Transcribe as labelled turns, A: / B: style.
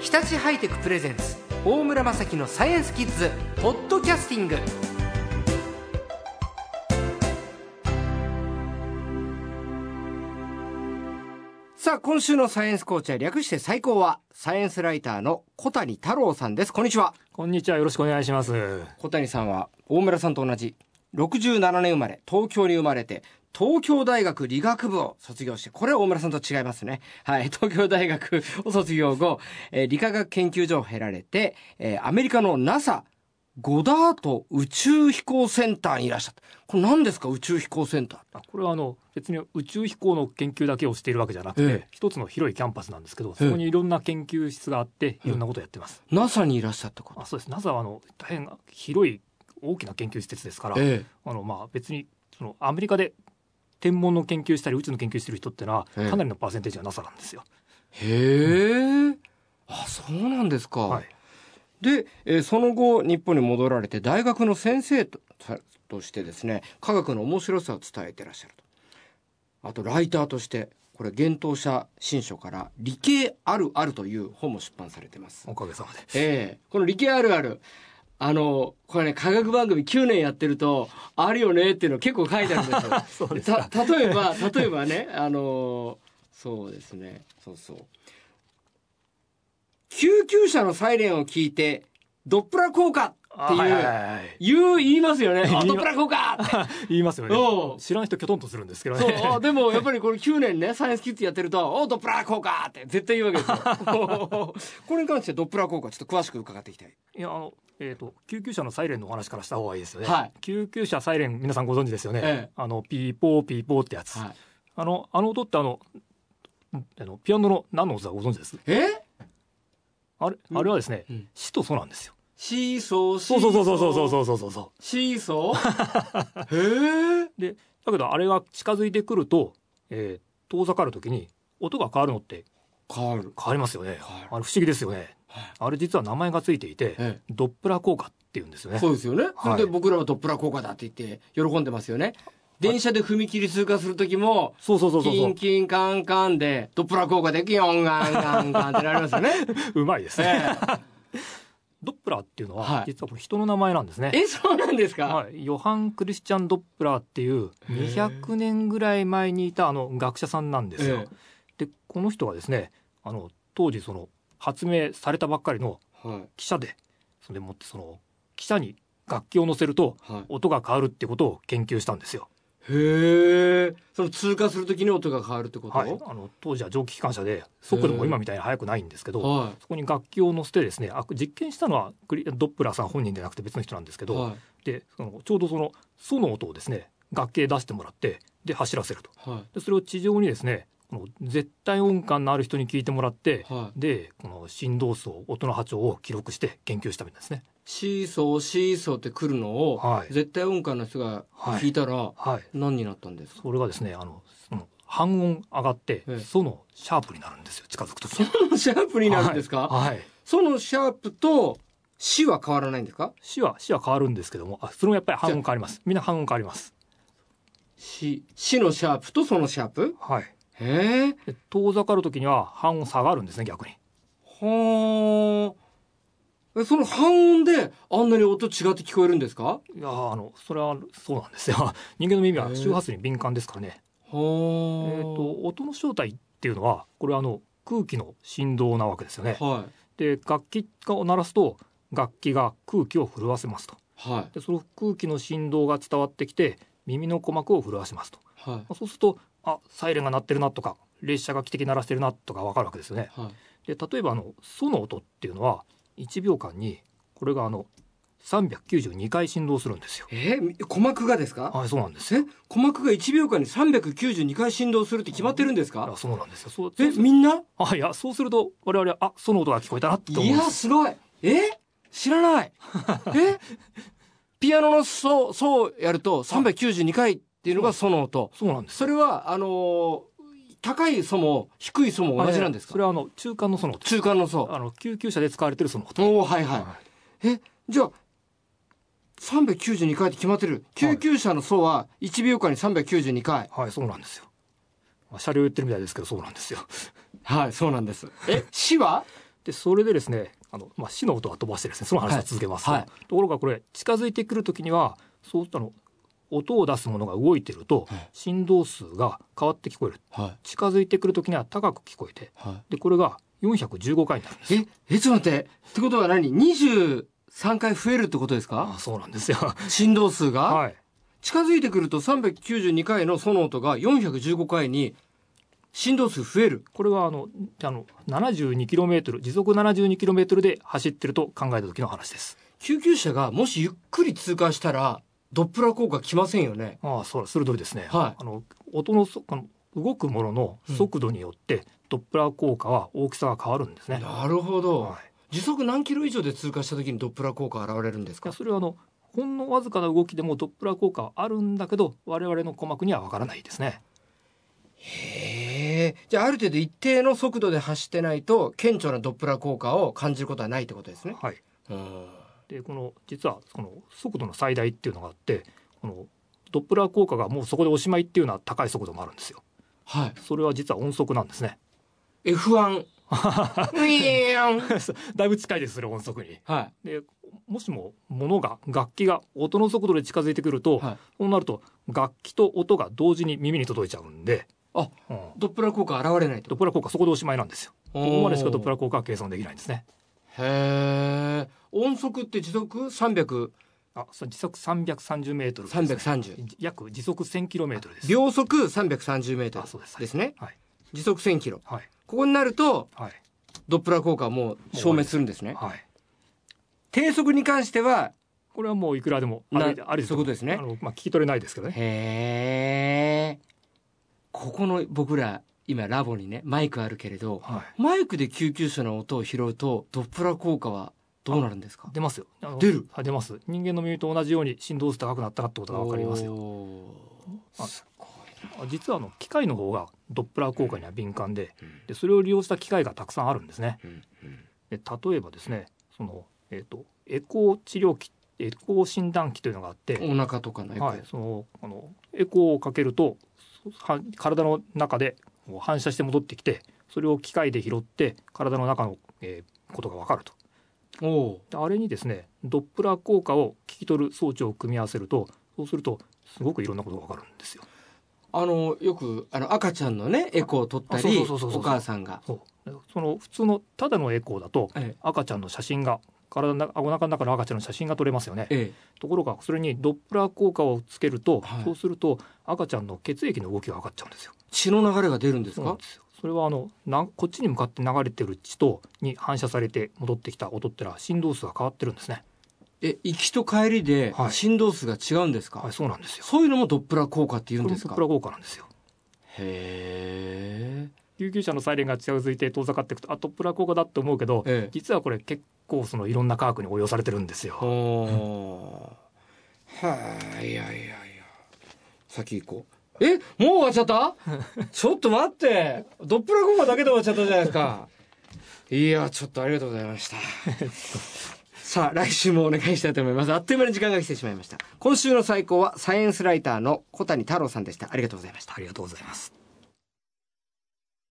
A: 日立ハイテクプレゼンツ大村雅樹のサイエンスキッズポッドキャスティングさあ今週のサイエンスコーチャー略して最高はサイエンスライターの小谷太郎さんですこんにちは
B: こんにちはよろしくお願いします。
A: 小谷さんは大村さんと同じ67年生まれ東京に生まれて東京大学理学部を卒業してこれは大村さんと違いますねはい 東京大学を卒業後、えー理化学研究所を経られて、えーアメリカの NASA ゴダート宇宙飛行センターにいらっしゃったこれ何ですか宇宙飛行センター
B: あこれはあの別に宇宙飛行の研究だけをしているわけじゃなくて、
A: ええ
B: 一つの広いキャンパスなんですけどそこにいろんな研究室があっていろんなことをやってます。
A: NASA にいらっしゃったこと
B: あそうです NASA はあの大変広い大きな研究施設ですから、
A: え
B: あのまあ、別にそのアメリカで天文の研究したり宇宙の研究してる人ってのは
A: ええ
B: かなりのパーセンテージは NASA なんですよ。
A: えへえあそうなんですか、
B: はい、
A: で、えーその後日本に戻られて大学の先生とさとしてですね科学の面白さを伝えてらっしゃるとあとライターとしてこれ「幻冬舎新書」から「理系あるある」という本も出版されてます。
B: おかげさまで。
A: ええこの「理系あるある」あのこれね科学番組9年やってるとあるよねっていうの結構書いてあるんですよ。
B: そうです
A: た
B: か。
A: 例えば例えばねあのーそうですねそうそう救急車のサイレンを聞いてドップラー効果って
B: あ
A: いう、
B: はいはいはいはい
A: 言う言います よね
B: 言いま
A: あドップラー効果って
B: 言いますよ
A: おう
B: ね。知らない人きょとんとするんですけど
A: そう
B: ね。
A: あでもやっぱりこれ9年ねサイエンスキッズやってると「おドップラー効果!」って絶対言うわけですよ これに関してドップラー効果ちょっと詳しく伺っていきたい
B: いやあのえっ、と救急車のサイレンのお話からした方がいいですよね。
A: はい
B: 救急車サイレン皆さんご存知ですよね。
A: ええ
B: あのピーポーピーポーってやつ。
A: はい
B: あのあの音ってあのんあのピアノの何の音だかご存知です。
A: え
B: あれ
A: うん
B: あれはですね、
A: うん
B: シとソなんですよ。
A: シーソーシ
B: そ
A: ー
B: う
A: ソ
B: そ
A: ー
B: うそうそうそうそうそうそうそう。
A: シーソ ーへえ
B: でだけどあれが近づいてくると、えー遠ざかるときに音が変わるのって
A: 変わる
B: 変わりますよね。
A: 変わる
B: あれ不思議ですよね。あれ実は名前がついていて、
A: ええ
B: ドップラー効果って言うんですよね。
A: そうですよね。それ
B: はい
A: で僕らはドップラー効果だって言って喜んでますよね。電車で踏切通過するときも、
B: そうそうそうそう
A: キ
B: そ
A: ンキンカンカンで、ドップラー効果でキヨンガンガンガンってなりますよ ね。
B: う。うまいですね。
A: え
B: ドップラーっていうのは、
A: はい
B: 実はこれ人の名前なんですね。
A: ええ、そうなんですか
B: はい、ヨハン・クリスチャン・ドップラーっていう200年ぐらい前にいたあの学者さんなんですよ。
A: え
B: でこの人がですねあの当時その発明されたばっかりの
A: えはい。
B: 汽車でそれでもってその汽車に楽器を乗せると
A: はい。
B: 音が変わるってことを研究したんですよ。
A: へえ。その通過するときに音が変わるってこと
B: はい、あの当時は蒸気機関車で速度も今みたいに速くないんですけど、
A: は
B: そこに楽器を乗せてですねあ実験したのはクリドップラーさん本人じゃなくて別の人なんですけ
A: い。
B: ど、
A: は
B: でそのちょうどその「ソ」の音をですね楽器で出してもらってで走らせると
A: い。はい。
B: でそれを地上にですねこの絶対音感のある人に聞いてもらって、
A: はい。
B: でこの振動数を音の波長を記録して研究したみたいですね。
A: シーソー、シーソーって来るのを、
B: はい
A: 絶対音感の人が聞いたら、
B: はい、
A: 何になったんですか
B: それがですねあのその半音上がって
A: ええ
B: 「ソ」のシャープになるんですよ近づくときに。
A: シャープになるんですか、
B: はい、はい
A: そのシャープとシは変わらないんですか
B: シはシは変わるんですけどもあそれもやっぱり半音変わりますみんな半音変わります
A: し、しのシャープとそのシャープ
B: はい
A: へえ。
B: で遠ざかるときには半音下がるんですね逆に
A: はあ。えその半音であんなに音違って聞こえるんですか
B: いやーあのそれはそうなんですよ 人間の耳は周波数に敏感ですからね、
A: はあ。え
B: えー、と音の正体っていうのはこれはあの空気の振動なわけですよね
A: はい。
B: で楽器を鳴らすと楽器が空気を震わせますと
A: はい。
B: でその空気の振動が伝わってきて耳の鼓膜を震わせますと
A: はい。
B: そうするとあサイレンが鳴ってるなとか列車が汽笛鳴らしてるなとかわかるわけですよね
A: はい。
B: で例えばあの「ソ」の音っていうのは1秒間にこれがあの392回振動するんですよ
A: え鼓膜がですか
B: はいそうなんです
A: え鼓膜が1秒間に392回振動するって決まってるんです
B: あ
A: か
B: そうなんですよ。そう
A: え、みんな
B: あいやそうすると我々はあその音が聞こえたなって思う
A: い
B: んで
A: や、
B: す。
A: すごい。え知ら ない。えピアノのソ、ソをやると392回っていうのがソの音。
B: そうなんです。
A: それは、あのー高いソも低いソも同じなんです
B: そ
A: か
B: れはあの中間のその音
A: 中間のソ。
B: あの救急車で使われてるその音。
A: おおはいは。
B: はい
A: え、じゃあ、392回って決まってる。救急車のソは1秒間に392回。
B: いはいそうなんですよ。まあ車両言ってるみたいですけどそうなんですよ。
A: はい、そうなんです。え、死は
B: でそれでですねあの、まあ、死の音は飛ばしてですねその話は続けますと、
A: はいはい
B: ところがこれ近づいてくる時にはそうあの音を出すものが動いてると
A: はい
B: 振動数が変わって聞こえる
A: は
B: 近づいてくる時には高く聞こえて
A: いは
B: でこれが415回になるんです
A: いええちょっと待ってってことは何23回増えるってことです
B: あ
A: か
B: そうなんですよ
A: 振動数が、
B: はい
A: 近づいてくると392回のソの音が415回に振動数増える
B: これはあのあの 72km 時速 72km で走ってると考えた時の話です
A: 救急車がもしゆっくり通過したらドップラー効果きませんよね
B: ああそうだ鋭いですね、
A: はい
B: あの音のそあの動くものの速度によって、ドップラー効果は大きさが変わるんですね
A: なるほど、
B: はい、
A: 時速何キロ以上で通過した時にドップラー効果現れるんです
B: いや
A: か
B: それはあのほんのわずかな動きでもドップラー効果はあるんだけど我々の鼓膜にはわからないですね
A: へえじゃあある程度一定の速度で走ってないと顕著なドップラー効果を感じることはないってことですね
B: はい
A: うん
B: でこの実はこの速度の最大っていうのがあってこのドップラー効果がもうそこでおしまいっていうような高い速度もあるんですよ
A: はい
B: それは実は音速なんですね
A: F1 ウィーン
B: だいぶ近いですそれ音速に
A: は
B: でもしも物が楽器が音の速度で近づいてくる
A: い、
B: と、
A: はい、
B: そうなると楽器と音が同時に耳に届いちゃうんで
A: あ
B: うん
A: ドップラー効果現れないって
B: ドッ
A: こ
B: プラー効果そこでおしまいなんですよ
A: と
B: ここまでしかドップ
A: ラ
B: ラー効果は計算できないんですね
A: へえ。音速って時速三百
B: あ、そう時速330メートルです
A: 三
B: ね、
A: 百三十。
B: 約時速1000キロメートルです。
A: 秒速三百三十メート
B: あ、そうです。
A: ルですね。
B: はい。
A: 時速千キロ。
B: はい。
A: ここになると
B: はい。
A: ドップラー効果はもう消滅するんですね。
B: はい。
A: 低速に関しては
B: これはもういくらでも
A: な
B: 歩いて歩いて
A: そういうことですね
B: あのまあ聞き取れないですけどね。
A: へえ。ここの僕ら今ラボにねマイクあるけれど、
B: は
A: マイクで救急車の音を拾うとドップラー効果はどうなるんですか
B: い。。出ますよ。あの
A: 出る。
B: はい出ます。人間の耳と同じように振動数高くなったってことがわかりますよ。
A: よ。
B: あ
A: すごい
B: あ実はあの機械の方がドップラー効果には敏感で、
A: うん
B: でそれを利用した機械がたくさんあるんですね。
A: な。うんうん
B: で例えばですね、そのえっ、とエコー治療器、エコー診断器というのがあって、
A: お腹とかのエコー
B: はい、そのあのエコーをかけるとは体の中でこう反射して戻ってきてそれを機械で拾って体の中の、えーことが分かると
A: おお
B: であれにですねドップラー効果を聞き取る装置を組み合わせるとそうするとすごくいろんなことが分かるんですよ。
A: あのよくあの赤ちゃんのねエコーを取った
B: あそう
A: り
B: そうそうそうそう
A: お母さんが
B: そうその普通のただのエコーだと
A: え
B: 赤ちゃんの写真が体の中お腹の中の赤ちゃんの写真が撮れますよね
A: ええ
B: ところがそれにドップラー効果をつけると、
A: はい
B: そうすると赤ちゃんの血液の動きが分かっちゃうんですよ。
A: 血の流れが出るんです
B: そうなん
A: か
B: ですよそれはあのなこっちに向かって流れてる血とに反射されて戻ってきた音ってのは振動数が変わってるんですね。
A: え行きと帰りで
B: はい
A: 振動数が違うんですか、
B: はい、そうなんですよ。
A: そういうのもドップラー効果って言うんですか
B: これもドップラー効果なんですよ。
A: へ
B: 救急車のサイレンが近づいて遠ざかっていくとあドップラー効果だって思うけど
A: え、ええ
B: 実はこれ結構そのいろんな科学に応用されてるんですよ。
A: おーはいいやいやいや先行こうえもう終わっちゃった ちょっと待ってドップラー効果だけで終わっちゃったじゃないですかいやちょっとありがとうございました さあ来週もお願いしたいと思いますあっという間に時間が来てしまいました今週の最高はサイエンスライターの小谷太郎さんでしたありがとうございました
B: ありがとうございます。